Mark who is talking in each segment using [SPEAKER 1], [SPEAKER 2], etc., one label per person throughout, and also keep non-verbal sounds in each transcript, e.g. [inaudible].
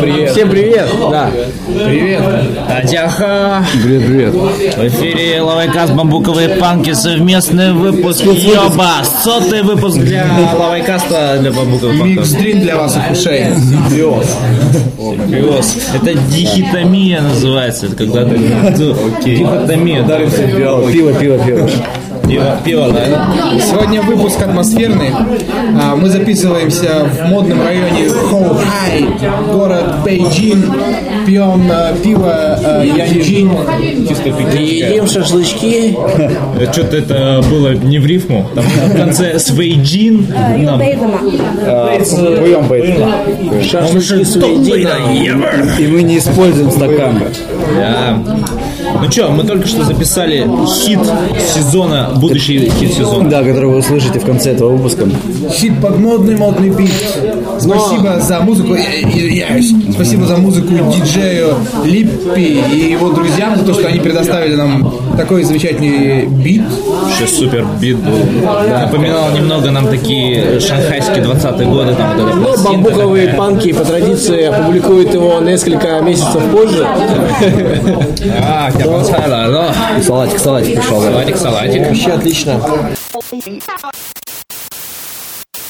[SPEAKER 1] Привет.
[SPEAKER 2] Всем привет! Да.
[SPEAKER 1] Привет.
[SPEAKER 2] Адяха!
[SPEAKER 1] Привет, привет.
[SPEAKER 2] В эфире Лавайкас Бамбуковые Панки, совместный выпуск. Ёба! Сотый выпуск для Лавайкаста, для Бамбуковых Панков.
[SPEAKER 1] Стрим для вас их ушей.
[SPEAKER 2] Привоз. Это дихитомия называется. Это когда ты... ну, Дихотомия. да.
[SPEAKER 1] Пиво, пиво, пиво.
[SPEAKER 2] Пиво, пиво, да?
[SPEAKER 3] Сегодня выпуск атмосферный. А, Мы записываемся в модном районе Хоухай, город Бейджин. Пьем э, пиво э, Янджин.
[SPEAKER 4] И едим шашлычки.
[SPEAKER 2] Что-то Э, это было не в рифму. Там в конце свейджин. нам-
[SPEAKER 1] А, Пьем бейт.
[SPEAKER 4] Шашлычки с уедином.
[SPEAKER 1] И мы не используем стакан.
[SPEAKER 2] Да. Ну что, мы только что записали хит сезона, будущий хит сезона.
[SPEAKER 1] Да, который вы услышите в конце этого выпуска.
[SPEAKER 3] Хит под модный модный бит. Спасибо за музыку. э, э, э, Спасибо за музыку диджею Липпи и его друзьям за то, что они предоставили нам такой замечательный бит.
[SPEAKER 2] Вообще супер бит был. Напоминал немного нам такие шанхайские 20-е годы. Там, вот эта
[SPEAKER 4] Но
[SPEAKER 2] пластинка
[SPEAKER 4] бамбуковые
[SPEAKER 2] такая.
[SPEAKER 4] панки по традиции опубликуют его несколько месяцев позже.
[SPEAKER 2] А, я поставила, да.
[SPEAKER 1] Салатик, салатик пришел.
[SPEAKER 2] Салатик, салатик.
[SPEAKER 4] Вообще отлично.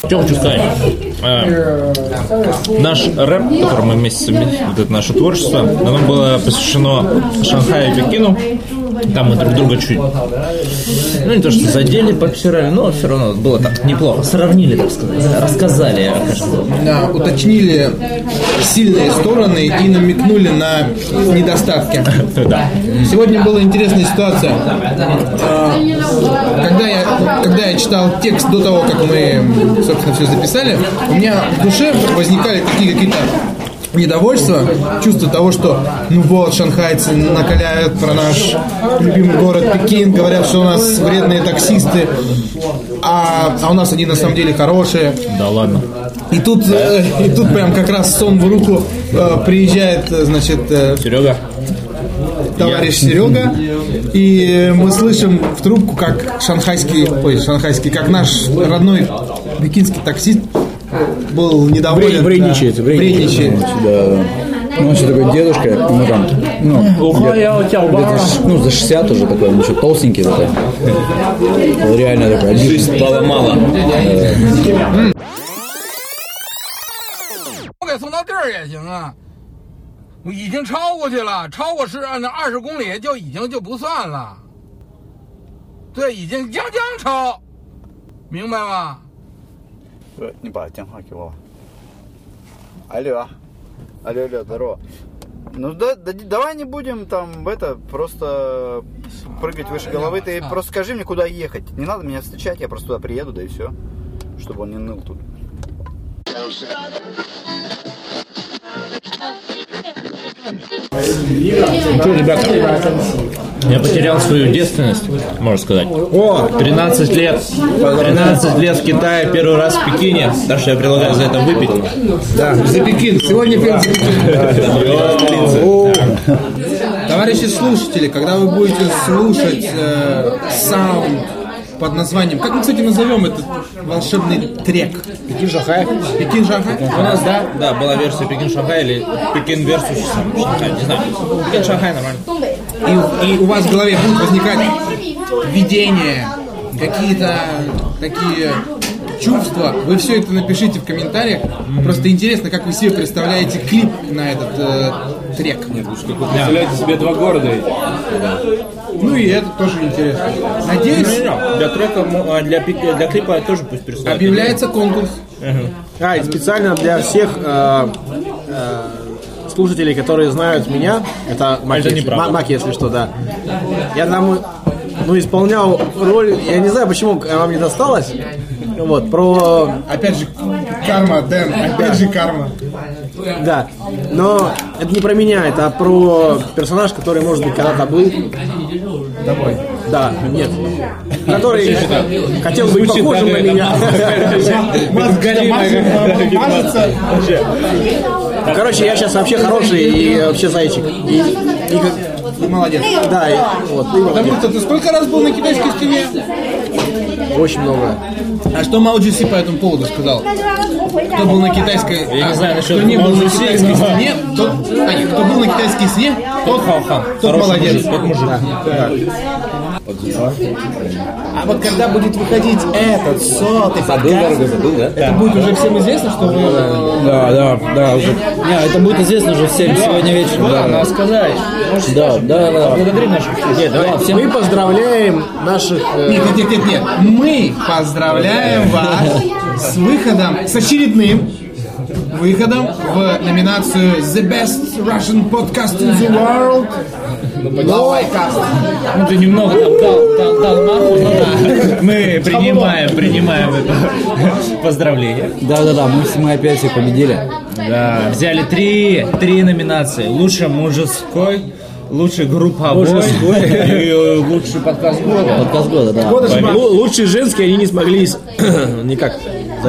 [SPEAKER 2] Что хочу сказать? Э, Наш рэп, который мы вместе совместили, вот это наше творчество, оно было посвящено Шанхаю и Пекину. Там мы друг друга чуть, ну не то что задели, подпирали, но все равно было так неплохо. Сравнили, так сказать, [laughs] рассказали. я бы сказал.
[SPEAKER 3] Да, А, уточнили сильные стороны и намекнули на недостатки.
[SPEAKER 2] Да.
[SPEAKER 3] Сегодня была интересная ситуация. А, Когда я, когда я читал текст до того, как мы, собственно, все записали, у меня в душе возникали такие какие-то недовольства, чувство того, что ну вот, шанхайцы накаляют про наш любимый город Пекин, говорят, что у нас вредные таксисты, а, а у нас они на самом деле хорошие.
[SPEAKER 2] Да ладно.
[SPEAKER 3] И тут, э, и тут прям как раз сон в руку э, приезжает, э, значит, э,
[SPEAKER 2] Серега.
[SPEAKER 3] товарищ Серега. И мы слышим в трубку, как шанхайский, ой, шанхайский, как наш родной пекинский таксист был недоволен.
[SPEAKER 4] Бред- бредничает,
[SPEAKER 3] Да.
[SPEAKER 4] бредничает.
[SPEAKER 3] Бредничает.
[SPEAKER 1] Да. Ну, он еще такой дедушка, ну там, ну, где-то, где-то ш- ну, за 60 уже такой, он еще толстенький такой. Он Реально такой. Жизнь поломала.
[SPEAKER 5] 我给送到地儿也行啊。我已经超过去了，超过是按照二十公里就已经就不算了。对，已经将将超，明白吗？
[SPEAKER 6] 呃，你把电话给我吧。Алло. Алло, алло, здорово. Ну да, да- давай не будем там это просто прыгать выше головы. Ты просто скажи мне, куда ехать. Не надо меня встречать, я просто туда приеду, да и все. Чтобы он не ныл тут.
[SPEAKER 2] Что, ребята, я потерял свою девственность, можно сказать. О, 13 лет. 13 лет в Китае, первый раз в Пекине. Так что я предлагаю за это выпить.
[SPEAKER 3] За Пекин. Сегодня пьем за Пекин. Товарищи слушатели, когда вы будете слушать э, саунд под названием... Как мы, кстати, назовем этот волшебный трек? Пекин Шанхай. Пекин Шанхай? У нас, да?
[SPEAKER 2] Да, была версия Пекин Шанхай или Пекин versus Шанхай, не знаю. Пекин Шанхай нормально.
[SPEAKER 3] И, и у вас в голове будут возникать видения, какие-то такие чувства. Вы все это напишите в комментариях. Просто интересно, как вы себе представляете клип на этот э, трек.
[SPEAKER 7] Представляете себе два города эти?
[SPEAKER 3] Ну и это тоже интересно. Надеюсь,
[SPEAKER 2] Ну, Для трека, мо- а, для, пи- для клипа тоже пусть
[SPEAKER 3] ну.
[SPEAKER 2] присылают.
[SPEAKER 3] объявляется конкурс.
[SPEAKER 4] А, и специально для всех э, э, слушателей, которые знают меня, это Мак,
[SPEAKER 2] Это
[SPEAKER 4] если-
[SPEAKER 2] неправда.
[SPEAKER 4] Ма- Мак, если что, да. Я там ну, исполнял роль, я не знаю, почему вам не досталось, вот, про
[SPEAKER 3] Опять же, карма, Дэн, опять же карма.
[SPEAKER 4] Да, но это не про меня, это про персонаж, который, может быть, когда-то был. Да, нет. Который хотел быть
[SPEAKER 2] Звучит,
[SPEAKER 4] похожим
[SPEAKER 2] да,
[SPEAKER 4] на
[SPEAKER 1] [laughs]
[SPEAKER 2] да,
[SPEAKER 4] меня. Короче, я сейчас вообще хороший и вообще зайчик. И, и как-
[SPEAKER 3] Ты молодец.
[SPEAKER 4] да, и, вот, и вот.
[SPEAKER 3] Потому что ты сколько раз был на китайской стене?
[SPEAKER 4] Очень много.
[SPEAKER 3] А что Мао Джуси по этому поводу сказал? Кто был на китайской...
[SPEAKER 2] Я не
[SPEAKER 3] а,
[SPEAKER 2] знаю насчет
[SPEAKER 3] кто не был
[SPEAKER 2] Мао
[SPEAKER 3] на
[SPEAKER 2] Джуси,
[SPEAKER 3] китайской
[SPEAKER 2] но-
[SPEAKER 3] стене, тот... а, нет, кто был на китайской стене, тот
[SPEAKER 2] Хан.
[SPEAKER 3] Тот
[SPEAKER 2] Хороший
[SPEAKER 3] молодец.
[SPEAKER 2] мужик, как мужик.
[SPEAKER 4] А вот когда будет выходить этот сотый
[SPEAKER 1] Забыл, дорогой, забыл, да?
[SPEAKER 3] Это будет уже всем известно, что вы... э,
[SPEAKER 1] Да, да, да, А уже. Не, это будет известно уже всем сегодня вечером. Да, да,
[SPEAKER 2] сказать.
[SPEAKER 1] да, да, да.
[SPEAKER 2] Благодари наших
[SPEAKER 1] Нет, давай. Да, всем
[SPEAKER 4] Мы поздравляем наших... э,
[SPEAKER 3] Нет, нет, нет, нет, нет. Мы поздравляем вас с выходом, с очередным выходом в номинацию The Best Russian Podcast in the World. Новый каст.
[SPEAKER 2] Ну ты немного там дал, дал, дал маху,
[SPEAKER 1] [laughs]
[SPEAKER 2] ну да. Мы принимаем, принимаем это [laughs] поздравление.
[SPEAKER 1] Да, да, да, мы, с- мы опять все победили.
[SPEAKER 2] Да, взяли три, три номинации. Лучший мужской, лучший групповой и э, лучший подкаст года.
[SPEAKER 1] Подкаст года, да.
[SPEAKER 8] Лу- Лучшие женские они не смогли
[SPEAKER 4] [clears throat]
[SPEAKER 8] с- никак.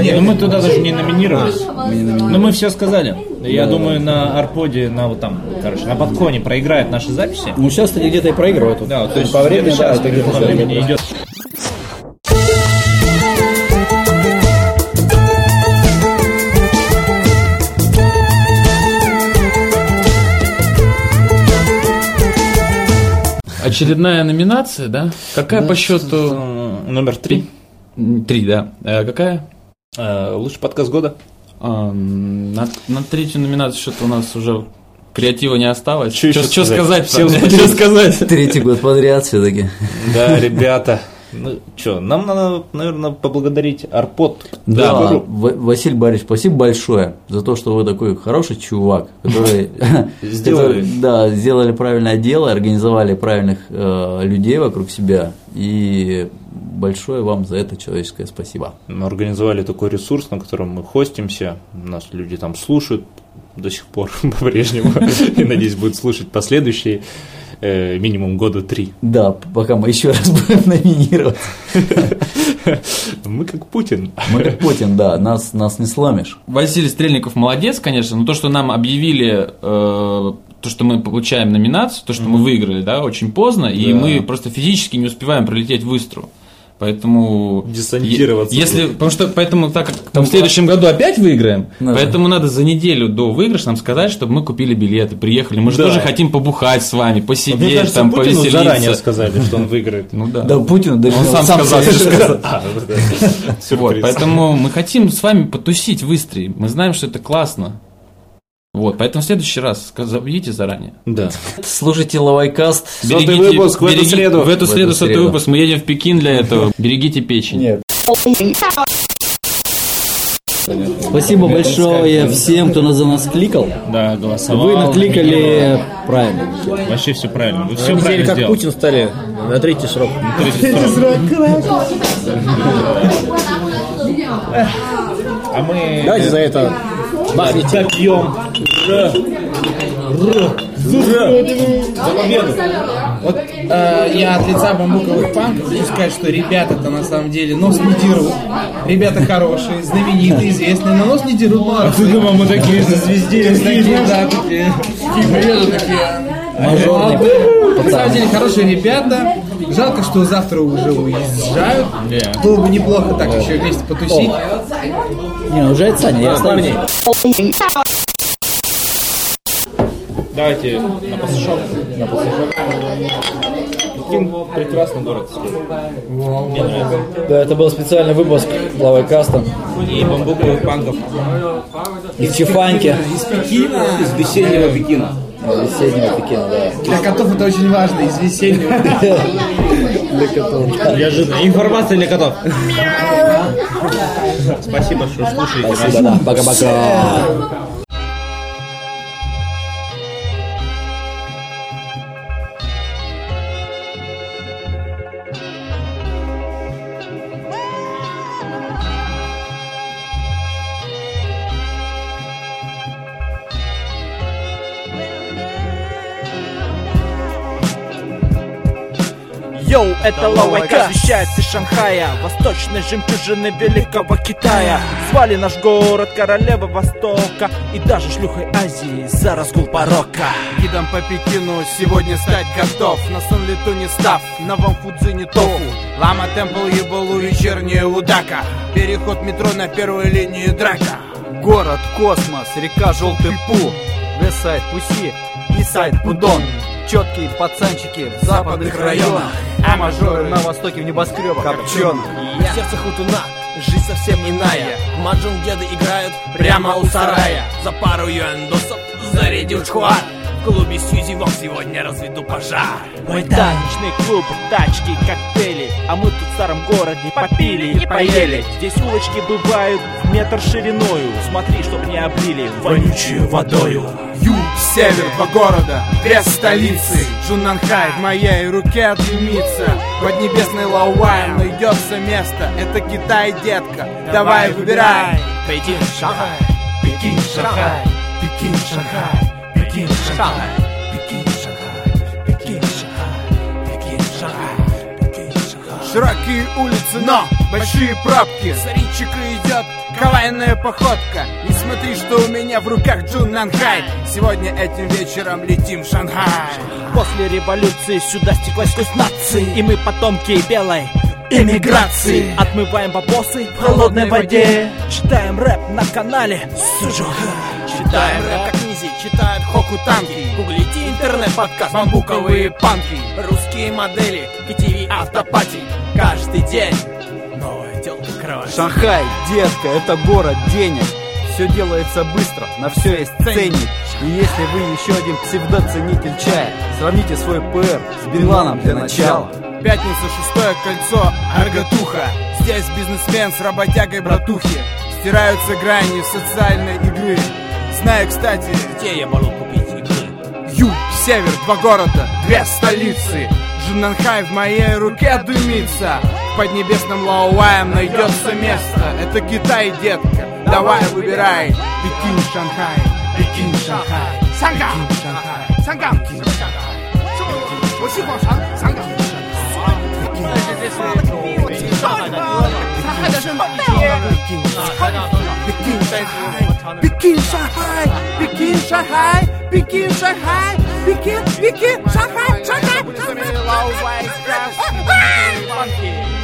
[SPEAKER 2] Не, ну мы туда даже не номинировались. Но мы все сказали. Я думаю, на Арподе, на вот там, короче, на подконе проиграют наши записи.
[SPEAKER 1] Ну, сейчас, кстати, где-то и проигрывают.
[SPEAKER 2] Да, вот, то есть
[SPEAKER 1] по времени,
[SPEAKER 2] где-то
[SPEAKER 1] да,
[SPEAKER 2] сейчас,
[SPEAKER 1] это где-то
[SPEAKER 2] по
[SPEAKER 1] сейчас,
[SPEAKER 2] времени
[SPEAKER 1] где-то.
[SPEAKER 2] идет.
[SPEAKER 8] Очередная номинация, да? Какая по
[SPEAKER 2] э,
[SPEAKER 8] счету?
[SPEAKER 2] Номер три.
[SPEAKER 8] Три, да. Э, Какая?
[SPEAKER 2] Э, Лучший подкаст года.
[SPEAKER 8] А, На, на третью номинацию что-то у нас уже креатива не осталось.
[SPEAKER 2] Чё ещё
[SPEAKER 8] Что
[SPEAKER 2] сказать?
[SPEAKER 8] сказать?
[SPEAKER 2] Всем
[SPEAKER 8] Что сказать?
[SPEAKER 1] Третий год подряд все-таки.
[SPEAKER 2] Да, ребята. Ну что, нам надо, наверное, поблагодарить Арпод.
[SPEAKER 1] Да, В- Василий Борисович, спасибо большое за то, что вы такой хороший чувак, который
[SPEAKER 2] [laughs] Сделали.
[SPEAKER 1] который, да, сделали правильное дело, организовали правильных э, людей вокруг себя. И большое вам за это человеческое спасибо.
[SPEAKER 2] Мы организовали такой ресурс, на котором мы хостимся. Нас люди там слушают до сих пор [laughs] по-прежнему. И, надеюсь, будут слушать последующие э, минимум года три.
[SPEAKER 1] Да, п- пока мы еще [laughs] раз будем номинировать.
[SPEAKER 2] Мы как Путин.
[SPEAKER 1] Мы как Путин, да, нас, нас не сломишь.
[SPEAKER 8] Василий Стрельников молодец, конечно, но то, что нам объявили, э, то, что мы получаем номинацию, то, что мы выиграли, да, очень поздно, и мы просто физически не успеваем пролететь в Истру. Поэтому...
[SPEAKER 2] Десантироваться.
[SPEAKER 8] Е- Если, потому что, поэтому, так как мы в следующем году опять выиграем,
[SPEAKER 1] Надо.
[SPEAKER 8] поэтому надо за неделю до выигрыша нам сказать, чтобы мы купили билеты, приехали. Мы же
[SPEAKER 2] Да.
[SPEAKER 8] тоже хотим побухать с вами, посидеть,
[SPEAKER 2] Мне кажется,
[SPEAKER 8] там,
[SPEAKER 2] Путину
[SPEAKER 8] повеселиться.
[SPEAKER 2] заранее сказали, что он выиграет.
[SPEAKER 8] Ну да.
[SPEAKER 1] Да, Путин даже
[SPEAKER 8] Он сам сказал,
[SPEAKER 1] себе
[SPEAKER 8] что
[SPEAKER 1] сказал.
[SPEAKER 2] [laughs] А, вот это
[SPEAKER 8] Вот,
[SPEAKER 2] сюрприз.
[SPEAKER 8] поэтому мы хотим с вами потусить в Истрии. Мы знаем, что это классно. Вот, поэтому в следующий раз сказ- забьете заранее.
[SPEAKER 2] Да.
[SPEAKER 1] Слушайте Лавайкаст.
[SPEAKER 2] Сотый
[SPEAKER 8] Берегите-
[SPEAKER 2] выпуск в эту
[SPEAKER 8] береги-
[SPEAKER 2] среду.
[SPEAKER 8] В эту
[SPEAKER 1] В
[SPEAKER 8] среду
[SPEAKER 1] эту
[SPEAKER 8] сотый
[SPEAKER 1] среду.
[SPEAKER 8] выпуск. Мы едем в Пекин для этого. Берегите печень.
[SPEAKER 1] Спасибо большое всем, кто на за нас кликал.
[SPEAKER 2] Да, голосовал.
[SPEAKER 1] Вы накликали правильно.
[SPEAKER 2] Вообще все правильно. Вы все
[SPEAKER 4] Видели,
[SPEAKER 2] правильно
[SPEAKER 4] как
[SPEAKER 2] сделали.
[SPEAKER 4] Путин стали на третий срок.
[SPEAKER 2] А мы...
[SPEAKER 4] Давайте за это бахните.
[SPEAKER 2] Пьем.
[SPEAKER 3] Вот э, я от лица бамбуковых панков хочу сказать, что ребята-то на самом деле нос не дерут. Ребята хорошие, знаменитые, известные, но нос не дерут, молодцы.
[SPEAKER 2] думал, мы такие же
[SPEAKER 3] Такие, да, такие. Ребята такие. Молодые. На самом деле хорошие ребята. Жалко, что завтра уже уезжают. Было бы неплохо так еще вместе потусить.
[SPEAKER 1] Не, ну, уже это Саня, я останусь.
[SPEAKER 2] Давайте на пассажирку. На Пекин прекрасный город. Мне нравится.
[SPEAKER 1] Да, это был специальный выпуск главой каста.
[SPEAKER 2] И бамбуковых панков.
[SPEAKER 1] Из Чифанки.
[SPEAKER 7] Из весеннего Пекина.
[SPEAKER 1] Из Среднего Пекина, да.
[SPEAKER 3] Для котов это очень важно, из весеннего.
[SPEAKER 2] Неожиданно. Информация для котов. Спасибо, что слушаете нас.
[SPEAKER 1] Спасибо, да. Пока-пока.
[SPEAKER 9] You
[SPEAKER 4] Йоу, это Лавайка Вещает из Шанхая Восточной жемчужины Великого Китая Звали наш город королева Востока И даже шлюхой Азии за разгул порока
[SPEAKER 3] Гидом по Пекину сегодня стать готов На сон лету не став, на вам фудзи не тофу Лама Темпл Ебалу, вечерняя удака Переход метро на первой линии драка Город, космос, река Желтый Пу Вестсайд Пуси и сайт Пудон Четкие пацанчики в западных районах А мажоры на востоке в небоскребах копченых
[SPEAKER 8] В сердце хутуна жизнь совсем иная Маджун деды играют прямо у сарая За пару юэндосов зарядил чхуар В клубе Сьюзи вам сегодня разведу пожар
[SPEAKER 4] Мой да, ночный клуб, тачки, коктейли А мы тут в старом городе попили и поели Здесь улочки бывают в метр шириною Смотри, чтоб не облили вонючую водою
[SPEAKER 3] Юг, север, два города, две столицы Джунанхай в моей руке отнимется Под небесной лауаем найдется место Это Китай, детка, давай выбирай
[SPEAKER 8] Пекин, Шанхай, Пекин, Шанхай, Пекин, Шанхай, Пекин, Шанхай. Пекин, Шанхай, Пекин, Шанхай, Пекин, Шанхай, Пекин, Шанхай.
[SPEAKER 3] Широкие улицы, но большие пробки Саричика идет Кавайная походка Не смотри, что у меня в руках Джун Нанхай Сегодня этим вечером летим в Шанхай
[SPEAKER 4] После революции сюда стеклась сквозь нации И мы потомки белой эмиграции Отмываем бабосы в холодной воде Читаем рэп на канале Сужуха
[SPEAKER 8] Читаем рэп, как низи, читают хоку танки Гуглите интернет-подкаст «Бамбуковые панки» Русские модели, КТВ автопати Каждый день новая телка кровь
[SPEAKER 3] Шанхай, детка, это город денег Все делается быстро, на все есть ценник И если вы еще один псевдоценитель чая Сравните свой ПР с Биланом для начала Пятница, шестое кольцо, Аргатуха Здесь бизнесмен с работягой братухи Стираются грани социальной игры Знаю, кстати,
[SPEAKER 8] Где я могу купить игры?
[SPEAKER 3] юг, север, два города, две столицы Джунанхай в моей руке дымится Под небесным Лауаем найдется место Это Китай, детка, давай выбирай Пекин, Шанхай, Пекин, Шанхай Пекин, Шанхай, Пекин, Шанхай. Пекин, Шанхай, Пекин, Шанхай, Пекин, Шанхай, Пекин, Шанхай, Пекин, Пекин, Шанхай, Шанхай, Шанхай.